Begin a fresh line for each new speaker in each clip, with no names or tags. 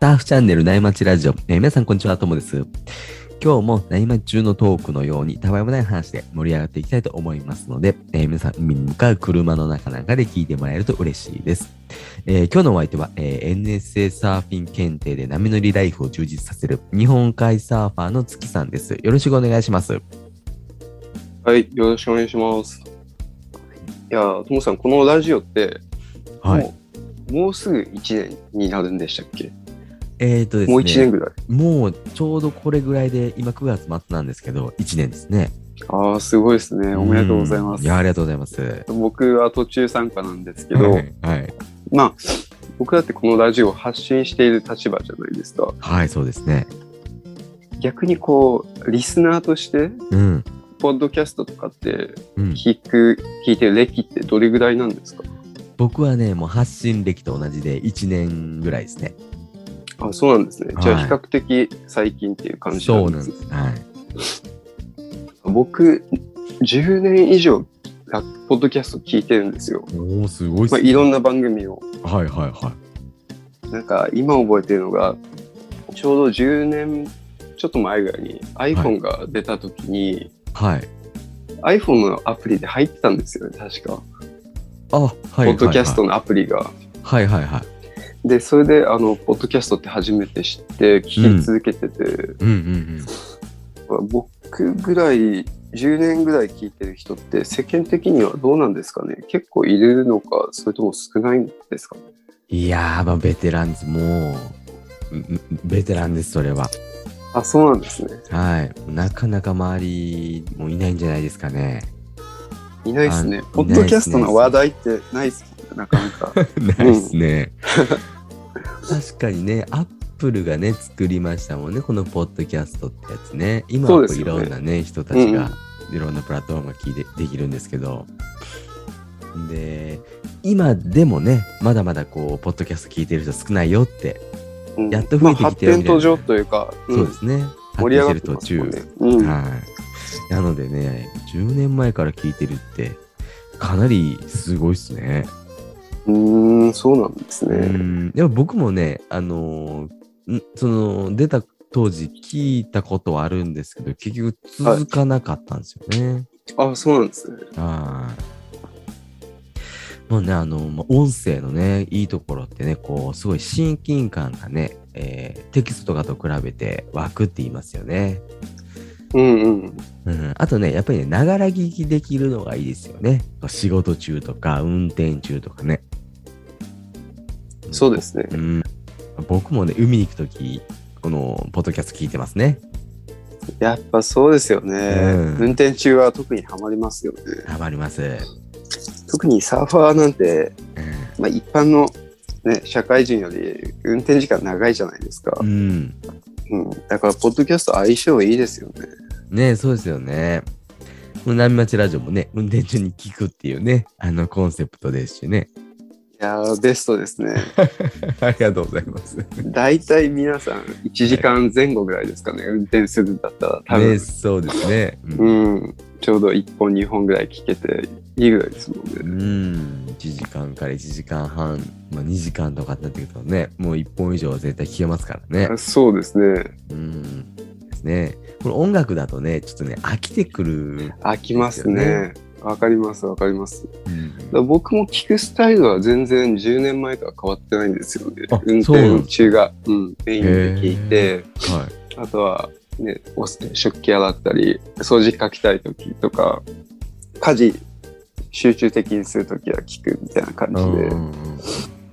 ターフチャンネル内町ラジオ、えー皆さんこんにちは、ともです。今日も内町中のトークのようにたわいもない話で盛り上がっていきたいと思いますので、えー皆さん海に向かう車の中なんかで聞いてもらえると嬉しいです。えー今日のお相手は、えー NSA サーフィン検定で波乗りライフを充実させる日本海サーファーの月さんです。よろしくお願いします。
はい、よろしくお願いします。いやー、ともさん、このラジオって、
はい。
もうもうすぐ1年になるんでしたっけ、
えっ、とですね。
もう1年ぐらい。
もうちょうどこれぐらいで、今9月末なんですけど、1年ですね。
ああ、すごいですね。おめでとうございま
ん
す
い。や、ありがとうございます。
僕は途中参加なんですけど、
はいはい。
まあ、僕だってこのラジオを発信している立場じゃないですか。
はい、そうですね。
逆にこう、リスナーとして、
うん。
ポッドキャストとかって
うん、
聞く、聞いてる歴ってどれぐらいなんですか
僕はね、もう発信歴と同じで1年ぐらいですね。
あそうなんですね。じゃ
は
あ、
い
比較的最近っていう感じ
そう
なん
な
で
ん
す
です。はい。
僕10年以上ラポッドキャスト聞いてるんですよ、
おお、すごいっ
まあ、いろんな番組を
はいはいは
なんか今覚えてるのがちょうど10年ちょっと前ぐらいに iPhone が出た時に、
い。はい。
iPhone のアプリで入ってたんですよね確か、
あ、はいはい、はい。
ポッドキャスト。のアプリが
はいはいはい。
でそれであのポッドキャストって初めて知って聞き続けてて、
うんうん
まあ僕ぐらい10年ぐらい聞いてる人って世間的にはどうなんですかね結構いるのかそれとも少ないんですかね
うん。いやー、まあ、ベテランです。もう、んんベテランです、それは。
あ、そうなんですね。
はい。なかなか周りもいないんじゃないですかね。
いないですね
あ。
ポッドキャストの話題ってないですもんね、な かなか。
ないですね。確かにね、アップルがね、作りましたもんね、このポッドキャストってやつね。今
そう
はこ
で
う
す
い
よね
ろんなね、人たちが、いろんなプラットフォームが聞いてできるんですけど。で、今でもね、まだまだこう、ポッドキャスト聞いてる人少ないよって、
うん
やっと増えてきてるみたいな
まあ、発展途上というか、うん
そうですね。
盛り上がって
発展
ま
して
す
る
も
途中
んね。。うん
はい。なのでね、10年前から聞いてるって、かなりすごいっすね。
うーん、そうなんです
う
ね。
んでも僕もね、あのーんその出た当時聞いたことはあるんですけど、結局続かなかったんですよね。
あ、そうなんですね。
はい。もうね、あの、まあ音声のね、いいところってね、こう、すごい親近感がね、えーテキストとかと比べて湧くって言いますよね。
うんうん。
うん、あとね、やっぱりね、ながら聞きできるのがいいですよね。仕事中とか、運転中とかね。
そうですね。
うん、僕もね、海に行くとき、このポッドキャスト聞いてますね。
やっぱそうですよね。
うん
運転中は特にハマりますよね。
ハマります。うん
特にサーファーなんて、まあ、一般の、ね、社会人より運転時間長いじゃないですか
う。ん。
うん、だから、ポッドキャスト相性いいですよね。
ねそうですよね。この波町ラジオもね、運転中に聞くっていうね、あのコンセプトですしね。
いやーベストですね。
ありがとうございます。
大体皆さん1時間前後ぐらいですかね、運転するんだったら多分、
ね、そうですね。うん。
うん、ちょうど1本2本ぐらい聞けていいぐらいですもん
う
ね。
ん、1時間から1時間半、まあ、2時間とかになってくるとね、もう1本以上は絶対聞けますからね。
そうですね
うん。ですね。これ音楽だとね、ちょっとね、飽きてくる。
飽きますね。わ、かりますわかります。だか
うん
ら僕も聞くスタイルは全然10年前とは変わってないんですよね
あ。
運
そうなん
転中が、うん、メインで聞いて
はい。
あとは、ね、お食器洗ったり掃除機かきたい時とか家事集中的にする時は聞くみたいな感じで。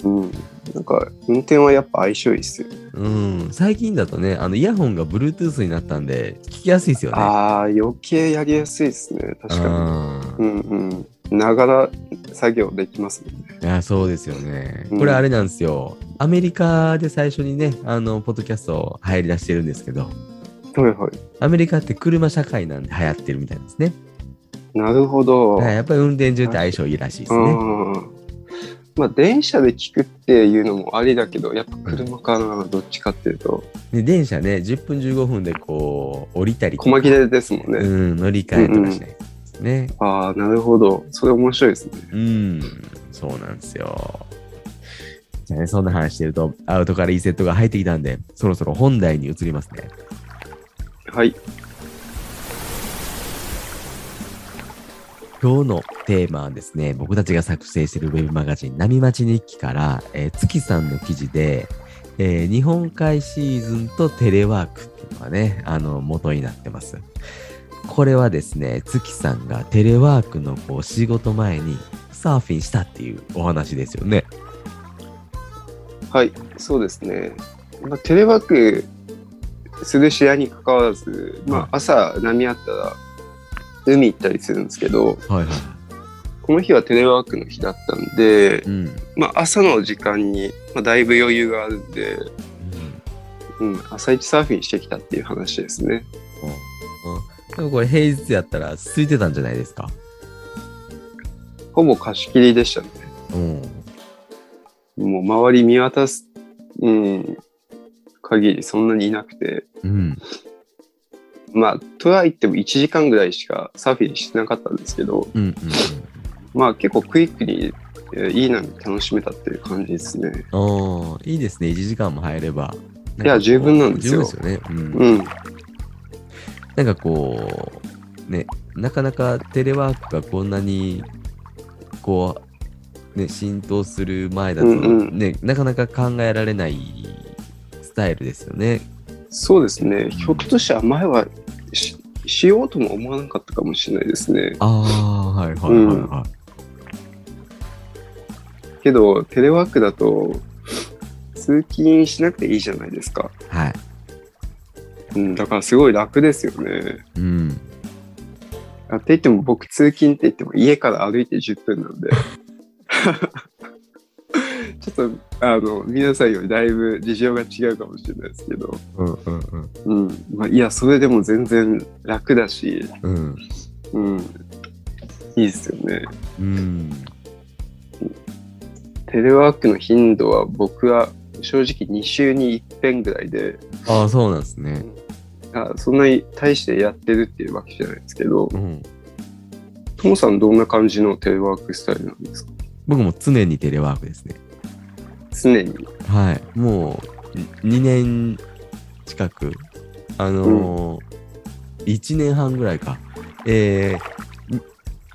うん、なんか運転はやっぱ相性いいっすよ。
うん、うん最近だとね、あのイヤホンが Bluetooth になったんで、聞きやすいですよね。
ああ、余計やりやすいですね。確か
あ
に。うんうん。ながら作業できますもんね。
ーいやそうですよね。
うん
これあれなんですよ。アメリカで最初にね、あの、ポッドキャスト入り出してるんですけど、
はいはい。
アメリカって車社会なんで流行ってるみたいですね。
なるほど。
だからやっぱり運転中って相性いいらしいです
う
ね。
ん。まあ電車で聞くっていうのもありだけど、やっぱ車かな、どっちかっていうと。
で、電車ね、10分15分でこう、降りたりとか
細切れですもんね。
うん、乗り換えとかしないですね。
ああ、なるほど。それ面白いですね。
うん、そうなんですよ。かにそんな話してると、アウトからいいセットが入ってきたんで、そろそろ本題に移りますね。
はい。
今日のテーマはですね、僕たちが作成しているウェブマガジン、波町日記から、えー月さんの記事で、えー日本海シーズンとテレワークっていうのがね、あの、元になってます。これはですね、月さんがテレワークのこう仕事前にサーフィンしたっていうお話ですよね。
はい、そうですね。まあ、テレワークする試合に関わらず、まあ、朝波あったら海行ったりするんですけど、
はいはい。
この日はテレワークの日だったんで
う、ん。うん
まあ、朝の時間に、まあ、だいぶ余裕があるんで、うん、朝一サーフィンしてきたっていう話ですね。
でもこれ平日やったら空いてたんじゃないですか。
ほぼ貸し切りでしたね。
うん。
もう周り見渡す、うん、限りそんなにいなくて、
うん。
まあ、とは言っても1時間ぐらいしかサーフィンしてなかったんですけど、
うん。うん。
まあ結構クイックに、えーいい波楽しめたっていう感じですね。
おーいいですね。1時間も入れば。
いや十分なんですよ
十分ですよね。うん。
うん。
なんかこう、ね、なかなかテレワークがこんなに、こう、ね、浸透する前だと、
うんうん
ね、なかなか考えられないスタイルですよね。
そうですね。ひょっとしたら前はししようとも思わなかったかもしれないですね。
ああ、はいはいはいはい。
けど、テレワークだと、通勤しなくていいじゃないですか。
はい。
うん、だからすごい楽ですよね。
うん。
あって言っても僕通勤って言っても家から歩いて10分なんで。 ちょっと、あの、皆さんよりだいぶ事情が違うかもしれないですけど。
うんうんうん。
うん。まあ、いや、それでも全然楽だし、
うん。
うん。いいですよね。
うん。
テレワークの頻度は僕は正直2週に1遍ぐらいで、
ああ、そうなんですね。
あそんなに大してやってるっていうわけじゃないですけど、
うん。
ともさんどんな感じのテレワークスタイルなんですか
僕も常にテレワークですね。
常に。
はい。もう、2年近く、あのー、1年半ぐらいか。えーん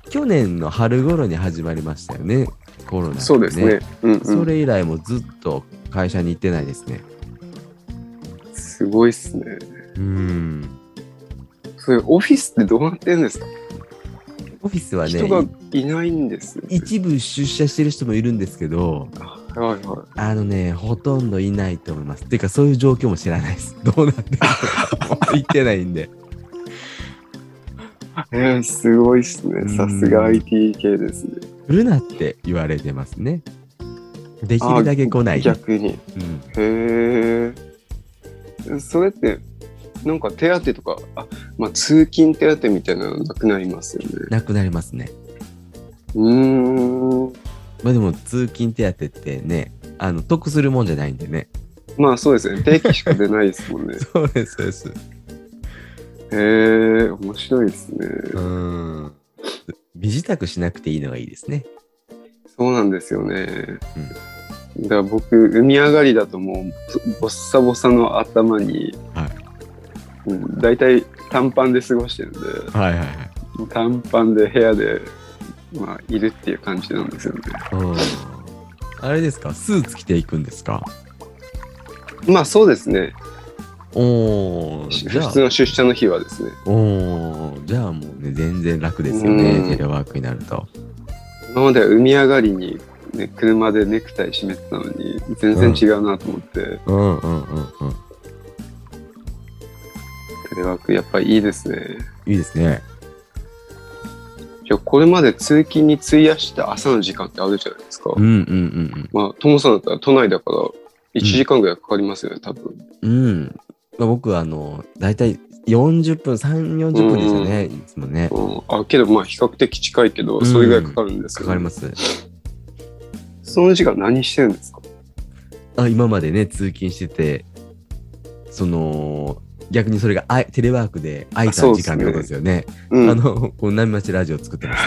去年の春頃に始まりましたよね、コロナ、
そうですね。。うん、うん。
それ以来もずっと会社に行ってないですね。
すごいっすね。
うん。
それオフィスってどうなってんですか、
オフィスはね
人、がいないんです。
一部出社してる人もいるんですけど、
はいは
あのね、ほとんどいないと思います。ていうか、そういう状況も知らないです。 どうなってるのか行ってないんで。
い。えー、すごいっすね。さすが
うん
IT 系ですね。
来るなって言われてますね。できるだけ来ない。
逆に。
うん
へえ。それって、なんか手当とか、あまあ、通勤手当みたいなのなくなりますよね。
なくなりますね。
うーん。
まあでも通勤手当ってね、あの得するもんじゃないんでね。。
まあそうですね。定期しか出ないですもんね
そうです、そうです。
へえ、面白いですね。
うん。身支度しなくていいのがいいですね。
そうなんですよね。だから僕、海上がりだともう、ぼっさぼさの頭に、
はい
うん、大体短パンで過ごしてるんで、
はいはいはい。
短パンで部屋で、まあ、いるっていう感じなんですよね。
うん。あれですか、スーツ着ていくんですか
まあそうですね。
おー、
し
じゃ
普
あ
通、の出社の日はですね。
おー、じゃあもうね、全然楽ですよね、
うん
テレワークになると。
今までは海上がりに、ね、車でネクタイ締めてたのに、全然違うなと思って、
うんうんうんうん。
テレワークやっぱりいいですね。
いいですね。
いやこれまで通勤に費やした朝の時間ってあるじゃないですか。
うんうんうんうん。
まあ、ともさんだったら都内だから1時間ぐらいかかりますよね、多分。
うん。まあ、僕はあの、大体40分、3、40分ですよね、いつもね。
うん、あけど、まあ、比較的近いけ
う
ど、
ん
それぐらいかかるんです
か
けど、
かります。
その時間何してるんですか
あ今までね、通勤してて、その、逆にそれがあテレワークで空いた
あそう
時
です
間
ね
ってことですよね。
う
あ
ん。
の、こう、波町ラジオ作ってます、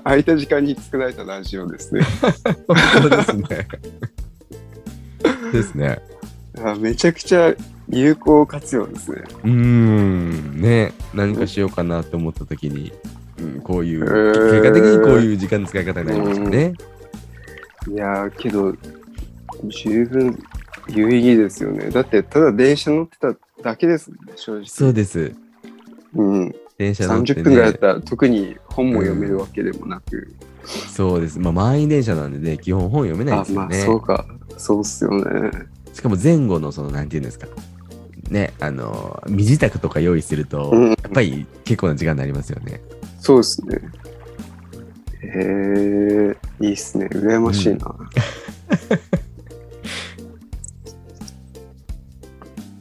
あ空いた時間に作られたラジオですね。
本当ですね。 ですね。
あめちゃくちゃ有効活用ですね。
うーん、ね、何かしようかなと思った時に、うん、こういう、結果的にこういう時間の使い方になりましたね。
いやー、けど、十分有意義ですよね。だって、ただ電車乗ってただけですもんね、正直。
そうです。
うん。
電車乗って、ね、
30分ぐらいだったら、特に本も読めるわけでもなく。
そうです。まあ、満員電車なんでね、基本本読めないん
あ
で、す
ま
よ
あ、
ね。
そうか。そうっすよね。
しかも前後のそのなんていうんですかねあの身支度とか用意すると、
うん
やっぱり結構な時間になりますよね
そうですね。へえ、いいっすね。羨ましいな。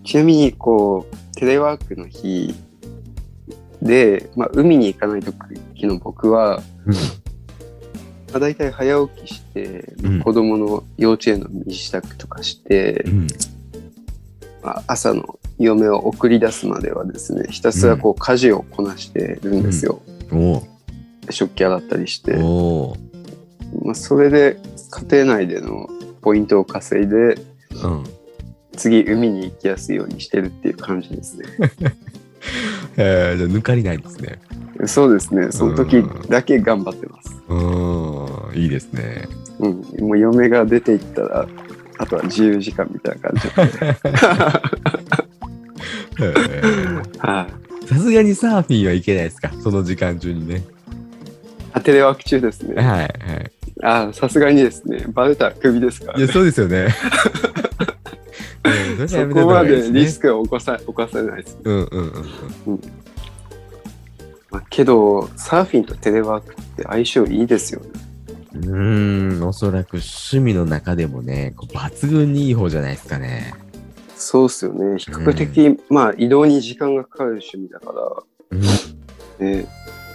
ちなみに、こう、テレワークの日で、まあ、海に行かない時の僕は、
うん
まあ、大体早起きして、
うん
子供の幼稚園の身支度とかして、
うん
まあ、朝の嫁を送り出すまではですね、ひたすらこう家事をこなしてるんですよ。
お
食器洗ったりして。
おお
まあ、それで家庭内でのポイントを稼いで
ーうん
次海に行きやすいようにしてるっていう感じですね。
えー、じゃあ抜かりないですね
そうですね。その時だけ頑張ってます。
うーんいいですね
うん。もう嫁が出て行ったら、あとは自由時間みたいな感じ。
えー
はい。
さすがにサーフィンはいけないですかその時間中にね
あ、テレワーク中です
はい
ね。
はい
あ、さすがにですね。バレたらクビですか
い
ら。
やそうですよ ねうん
そこまでリス
ク
クを起こさ起こさないです。
うんうんうんうん
まあ、けど、サーフィンとテレワークって相性いいですよね。
うーん、おそらく趣味の中でもね、こう抜群にいい方じゃないですかね。
そうっすよね。比較的、まあ移動に時間がかかる趣味だから、
うん、
ね、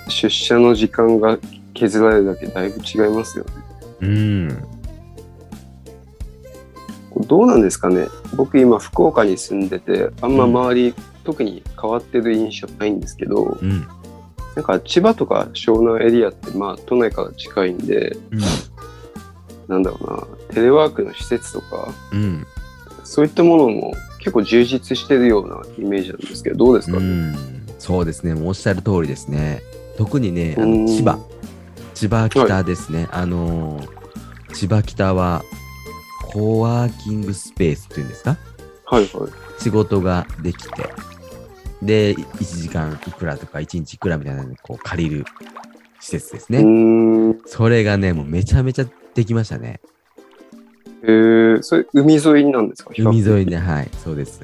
出社の時間が削られるだけだいぶ違いますよね。
うん、
これどうなんですかね僕今福岡に住んでてあんま周り、特に変わってる印象ないんですけど
うん、
なんか千葉とか湘南エリアってまあ都内から近いんでなんだろうなテレワークの施設とか
うん、
そういったものも結構充実してるようなイメージなんですけどどうですか、
うん。そうですね、もうおっしゃる通りですね。特にね、あ
うん
の千葉、千葉北ですね。あのー千葉北は、コワーキングスペースっていうんですか
はいはい。
仕事ができて、で、1時間いくらとか1日いくらみたいなのをこう借りる施設ですね。
うーん
それがね、もうめちゃめちゃできましたね。
えー、それ海沿いなんですか
海沿いで、はい、そうです。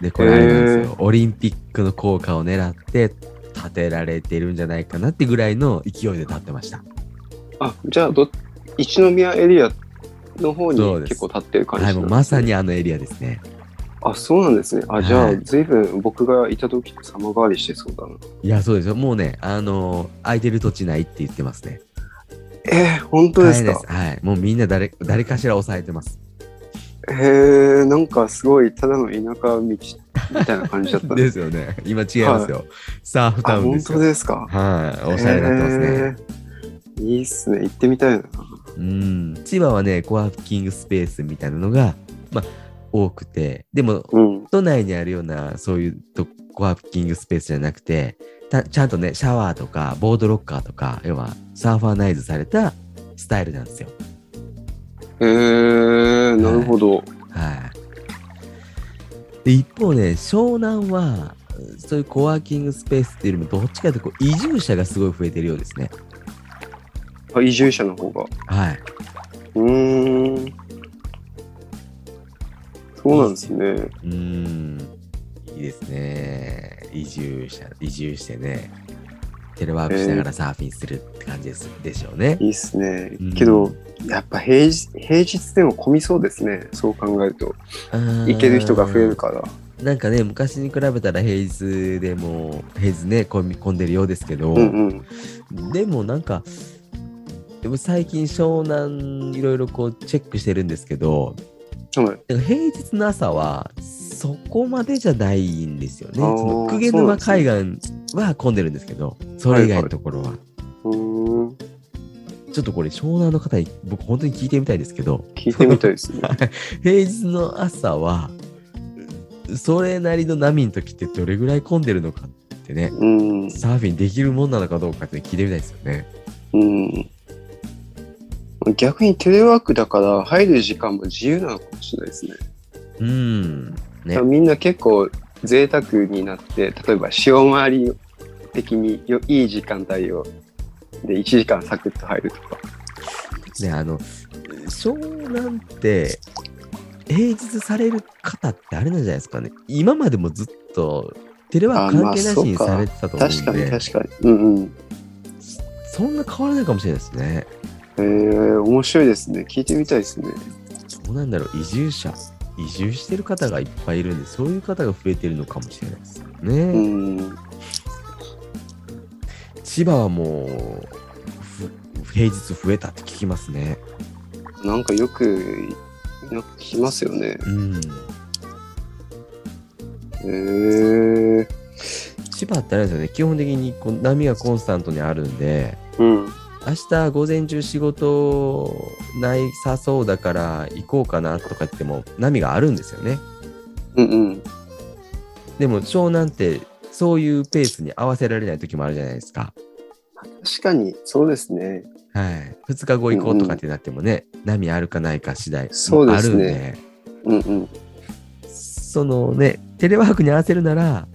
で、これあれなんですよ。オリンピックの効果を狙って建てられてるんじゃないかなってぐらいの勢いで建ってました。
あじゃあど一宮エリアの方に
そうです
結構立ってる感じ
は、
ないんですね
もうまさにあのエリアですね。
あそうなんですねあじゃ
は
あ
い
随分僕がいた時と様変わりしてそうだない
や、そうですよ。もうね、あのー空いてる土地ないって言ってますね。
えー、本当ですか
大変はい、もうみんな誰誰かしら抑えてます。
へえなんかすごいただの田舎道みたいな感じだった
ですよね。今違いますよ。サーフタ
あ
ウンで
本
す
当
よ。
ですか
はい、おしゃれになってますね。
へーいいっすね行ってみたいな
うん、千葉はね、コワーキングスペースみたいなのが、まあ、多くて、でも、
うん
都内にあるような、そういうとコワーキングスペースじゃなくて、たちゃんとね、シャワーとか、ボードロッカーとか、要は、サーファーナイズされたスタイルなんですよ。
へえなるほど、
はい。で、一方ね、湘南は、そういうコワーキングスペースっていうよりも、どっちかというとこう、移住者がすごい増えてるようですね。
あ移住者の方が
はい。
うーんそうなんですね
うーん、いいですね。移住者、移住してね、テレワークしながらサーフィンするって感じです、でしょうね。
いいっすね
うん。
けど、やっぱ平日平日でも混みそうですね。そう考えると。行ける人が増える
か。
から。
なんかね、昔に比べたら平日でも、平日ね、混み込んでるようですけど、
うんうん。
でもなんか、でも最近湘南いろいろこうチェックしてるんですけど、
はい。
なんか平日の朝はそこまでじゃないんですよね。
あー
その久毛
そう
沼
なんですね
海岸は混んでるんですけど、それ以外のところは。
うーん。
ちょっとこれ、湘南の方に僕本当に聞いてみたいですけど、
聞いてみたいですね。
平日の朝は、それなりの波の時ってどれぐらい混んでるのかってね、
うん。
サーフィンできるもんなのかどうかって聞いてみたいですよね。
うん。逆にテレワークだから入る時間も自由なのかもしれないですね。
うん。ね。
みんな結構贅沢になって、例えば潮回り的によいい時間帯を、で、1時間サクッと入るとか。
ね、あの、湘南って、平日される方ってあれなんじゃないですかね。今までもずっと、テレワーク関係なしにされてたと思うんで、
確かに確かに。うんうん。
そんな変わらないかもしれないですね。
えー、面白いですね。聞いてみたいですね。
どうなんだろう、移住者、移住してる方がいっぱいいるんで、そういう方が増えてるのかもしれないですよね。
うん。
千葉はもう、ふ平日増えたって聞きますね。
なんかよく、なんか聞きますよね。
うん。
えー。
千葉ってあれですよね、基本的にこう波がコンスタントにあるんで、
うん。
明日午前中仕事ないさそうだから行こうかなとか言っても波があるんですよね。
うんうん。
でも湘南ってそういうペースに合わせられない時もあるじゃないですか。
確かに、そうですね。
はい。2日後行こうとかってなってもね、波あるかないか次第
そうですね
あるんで、
うんうん。
そのね、テレワークに合わせるなら、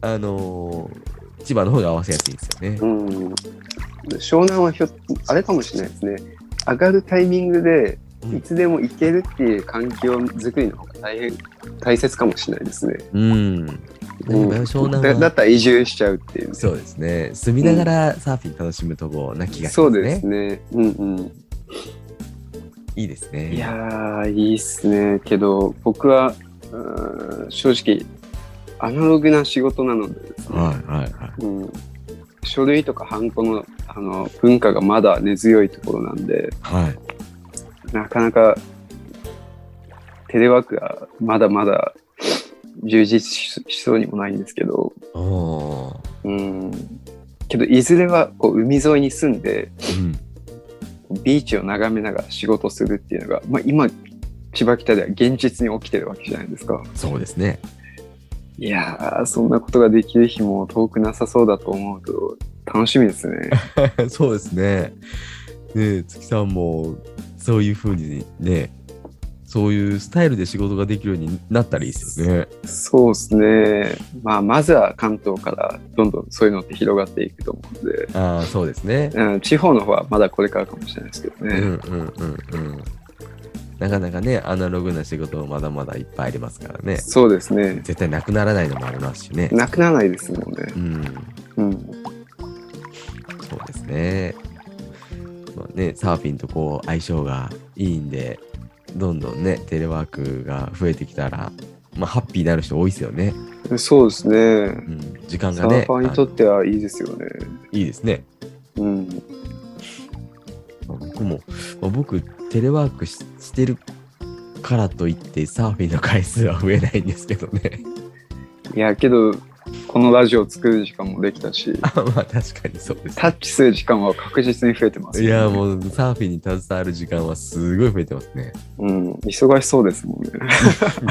あのー千葉の方が合わせやすいんですよね。
うん、湘南はひょっあれかもしれないですね上がるタイミングで
うん
いつでも行けるっていう環境づくりの方が大変大切かもしれないですね。
うん。だから
うん
湘南
だだ
は
ったら移住しちゃうっていうね、
そうですね。住みながらサーフィン楽しむとこな気がし
そ
ま
う
す
で
ね
す。ね。うんうん。
いいですね。
いやーいいっすね。けど僕はうーん正直アナログな仕事なのでですね、
はいはいはい。
うん、書類とかハンコのあの文化がまだ根強いところなんで。
はい。
なかなかテレワークがまだまだ充実ししそうにもないんですけど、
おー
うん、けどいずれはこう海沿いに住んで
うん。
ビーチを眺めながら仕事するっていうのが、まあ、今千葉北では現実に起きてるわけじゃないですか
そうですね。
いやーそんなことができる日も遠くなさそうだと思うと楽しみですね
そうですね。ねえ月さんもそういう風にね、そういうスタイルで仕事ができるようになったらいいですよね。
そうですね、まあ、まずは関東からどんどんそういうのって広がっていくと思うんで
ああ、そうですね。
うん、地方の方はまだこれからかもしれないですけど
うん
ね。
うんうんうん。なかなかね、アナログな仕事もまだまだいっぱいありますからね。
そうですね。
絶対なくならないのもありますしね。
なくならないですもんね
う。ん、
うん。
そうですね。まあね、サーフィンとこう相性がいいんで、どんどんね、テレワークが増えてきたら、まあ、ハッピーになる人多いですよね。
そうですね。
うん、時間
サ
が
ー
ね
ファーにとってはいいですよね。
あのいいですね。
うん。
まあ僕も、まあ僕、テレワークししてるからといって、サーフィンの回数は増えないんですけど ね。
いや、けど、このラジオを作る時間もできたし、
あまあ、確かにそうです、
タッチする時間は確実に増えてます、
いや、
う。
もう、サーフィンに携わる時間はすごい増えてます ね。
うん。忙しそうですもんね。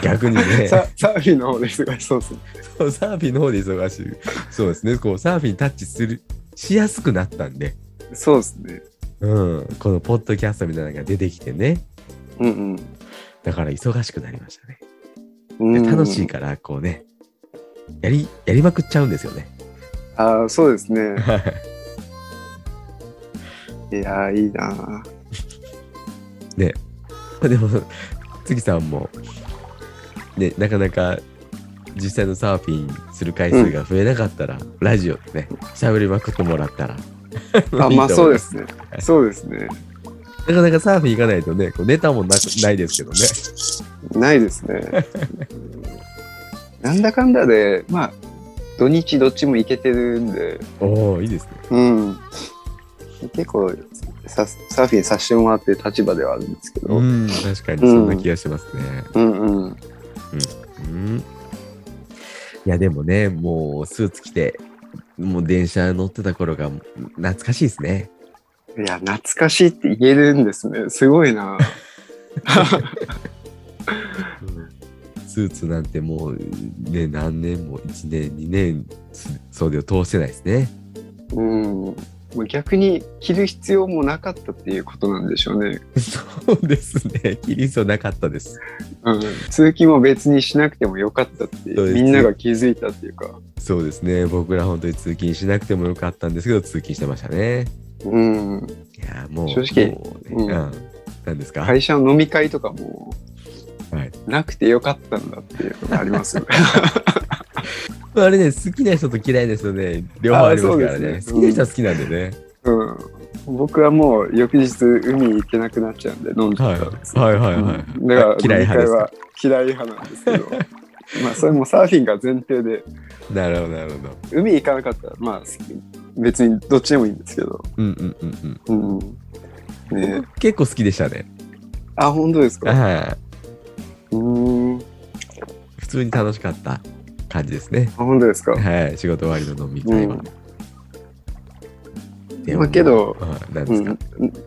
逆にね、
ササーフィンの方で忙しそうですね。
そうサーフィンの方で忙しい。そうですね、こう、サーフィンにタッチする、しやすくなったんで、
そうですね。
うん、このポッドキャストみたいなのが出てきてね、
うん
だから忙しくなりましたね。
うん。
で
うん
楽しい。から、こうね、やり、やりまくっちゃうんですよね。
ああ、そうですね。いや、いいな。
でも、月さんも、ね、なかなか実際のサーフィンする回数が増えなかったら、ラジオでね、喋りまくってもらったら。。
あ、まあそうで すすね。そうですね。
なかなかサーフィン行かないとね、こうネタもなくないですけどね。
ないで すね。なんだかんだで、まあ、土日どっちも行けてるんで、
おおいいですね。
うん。結構サ、サーフィンさせてもらってる立場ではあるんですけど、
うん、確かにそんな気がしますね。
うんうん。
うん。いや、でもね、もうスーツ着て、もう電車乗ってた頃が懐かしいですね。
いや、懐かしいって言えるんですね。すごいな。
スーツなんてもうね何年も1年2年す袖を通してないですね。
うん。もう逆に着る必要もなかったっていうことなんでしょうね。
そうですね。 キリストなかったです。
うん。通勤も別にしなくてもよかったって
そうです
みんなが気づいたっていうか。
そうですね。僕ら本当に通勤しなくてもよかったんですけど通勤してましたね。
うん。
いやもう
正直
もうね、
うん
うん、なんですか。
会社の飲み会とかも
はい
なくてよかったんだっていうのがありますよね。
まああれね好きな人と嫌いですよね。両方ありますからね。
あそうですね
好きな人は好きなんでね。
うん。僕はもう翌日海行けなくなっちゃうんで飲んじゃ
は
ったんです。
いはいはいはいはい。
うんだ
嫌い
から飲み
派
会
です
は嫌い派なんですけど まあそれもサーフィンが前提で
なるほどなるほど。
海行かなかったらまあ好き別にどっちでもいいんですけど、
うんうんうん
うん
うん。
ね、
僕結構好きでしたね。
あ本当ですか
は
うーんあ
い。普通に楽しかった感じですね。
本当ですか
はい、仕事終わりの飲み会は。でも
まあけど
はいなんで
う
す
ん
か、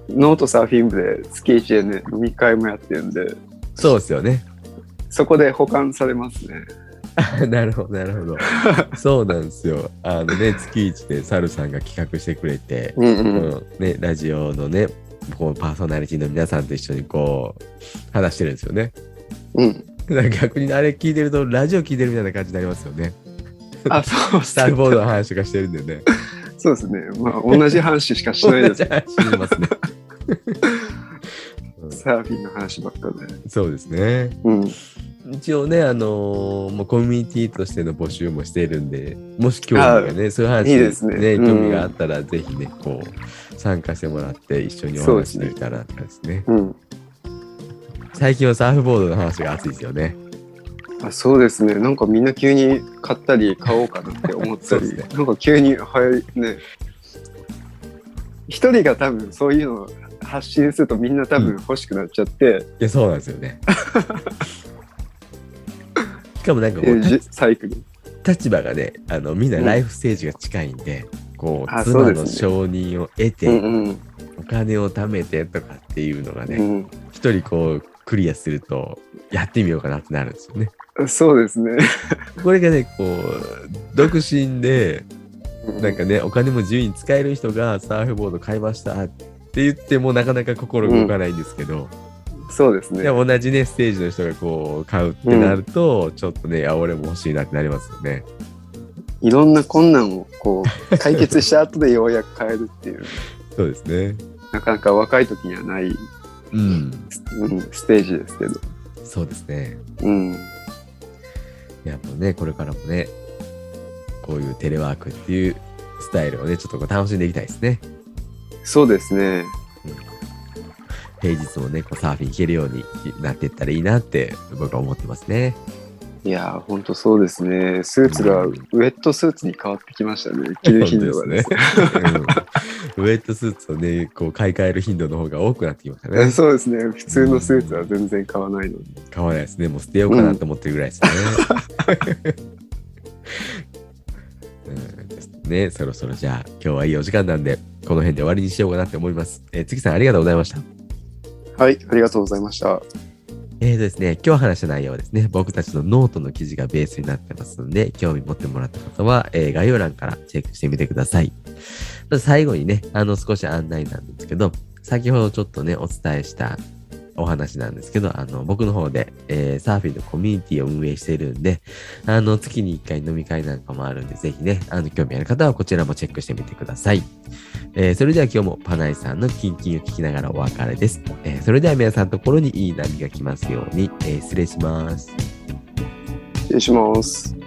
ノートサーフィン部で月1でね飲み会もやってるんで
そうですよね。
そこで保管されますね
なるほど、なるほど。そうなんですよ。あのね、月一でサルさんが企画してくれて、
うんう、
うんんね、ラジオのね、こうパーソナリティの皆さんと一緒にこう、話してるんですよね。
うん、
だから逆にあれ聞いてると、ラジオ聞いてるみたいな感じになりますよね。
あそうっす
スタッフボードの話とかしてるんで ね。
そうですねまあ同じ話しかしないで す
じゃあ、知りますね。
サーフィンの話ばっかで
そうですね。
うん
一応ね、あのーもうコミュニティとしての募集もしているんで、もし興味がね、そういう話
いいですねうん
興味があったら、ぜひね、こう、参加してもらって、一緒にお
そうで
話
す
で
ね
きたらって感じですね。
うん
最近はサーフボードの話が熱いですよね。
あそうですねなんかみんな急に買ったり買おうかなって思 っ
そ
た
うで
り、
すね
なんか急にはいね一人が多分そういうのを発信するとみんな多分欲しくなっちゃって、
いや、そうなんですよ ね。しかもなんかこ
えー
う、
じサイクル
立場がね、あの、みんな
うん
ライフステージが近いんで、こう、
あ
妻
そう
の
ですね
承認を得て、
うんうん
お金を貯めてとかっていうのがね、
う
一人こう、クリアすると、やってみようかなってなるんですよね。
ん、そうですね。
これがねこう独身でなんかねお金も自由に使える人がサーフボード買いましたって言ってもなかなか心が動かないんですけど、
そうですね
で。も同じねステージの人がこう買うってなると、ちょっとねあ俺も欲しいなってなりますよね。
いろんな困難をこう解決した後でようやく変えるっていう、
そうですね。
なかなか若い時にはない、
うん、
うん、ステージですけど。
そうですね。
うん。
いやもうねこれからもねこういうテレワークっていうスタイルをねちょっとこう楽しんでいきたいですね。
そうですね。
平日もねこうサーフィン行けるようになっていったらいいなって僕は思ってますね。
いやー、ほんとそうですね。スーツが
う
ウ
ん
ェットスーツに変わってきましたね。着る頻度がですね。
うんウェットスーツをね、こう買い替える頻度の方が多くなってきましたね。
そうですね。普通のスーツは全然買わないので。
買わないですね。もう捨てようかなと思ってるぐらいですね。うんですね、そろそろじゃあ今日はいいお時間なんでこの辺で終わりにしようかなって思います。えー、月さんありがとうございました。
はい、ありがとうございました。
えーとですね、今日話した内容はですね、僕たちのノートの記事がベースになってますので、興味持ってもらった方は、えー概要欄からチェックしてみてください。まず最後にね、あの少し案内なんですけど、先ほどちょっとね、お伝えしたお話なんですけど、あの、僕の方で、えーサーフィンのコミュニティを運営してるんで、あの、月に1回飲み会なんかもあるんで、ぜひね、あの、興味ある方はこちらもチェックしてみてください。えーそれでは今日もパナイさんのキンキンを聞きながらお別れです。えーそれでは皆さんのところにいい波が来ますように、えー失礼します。
失礼します。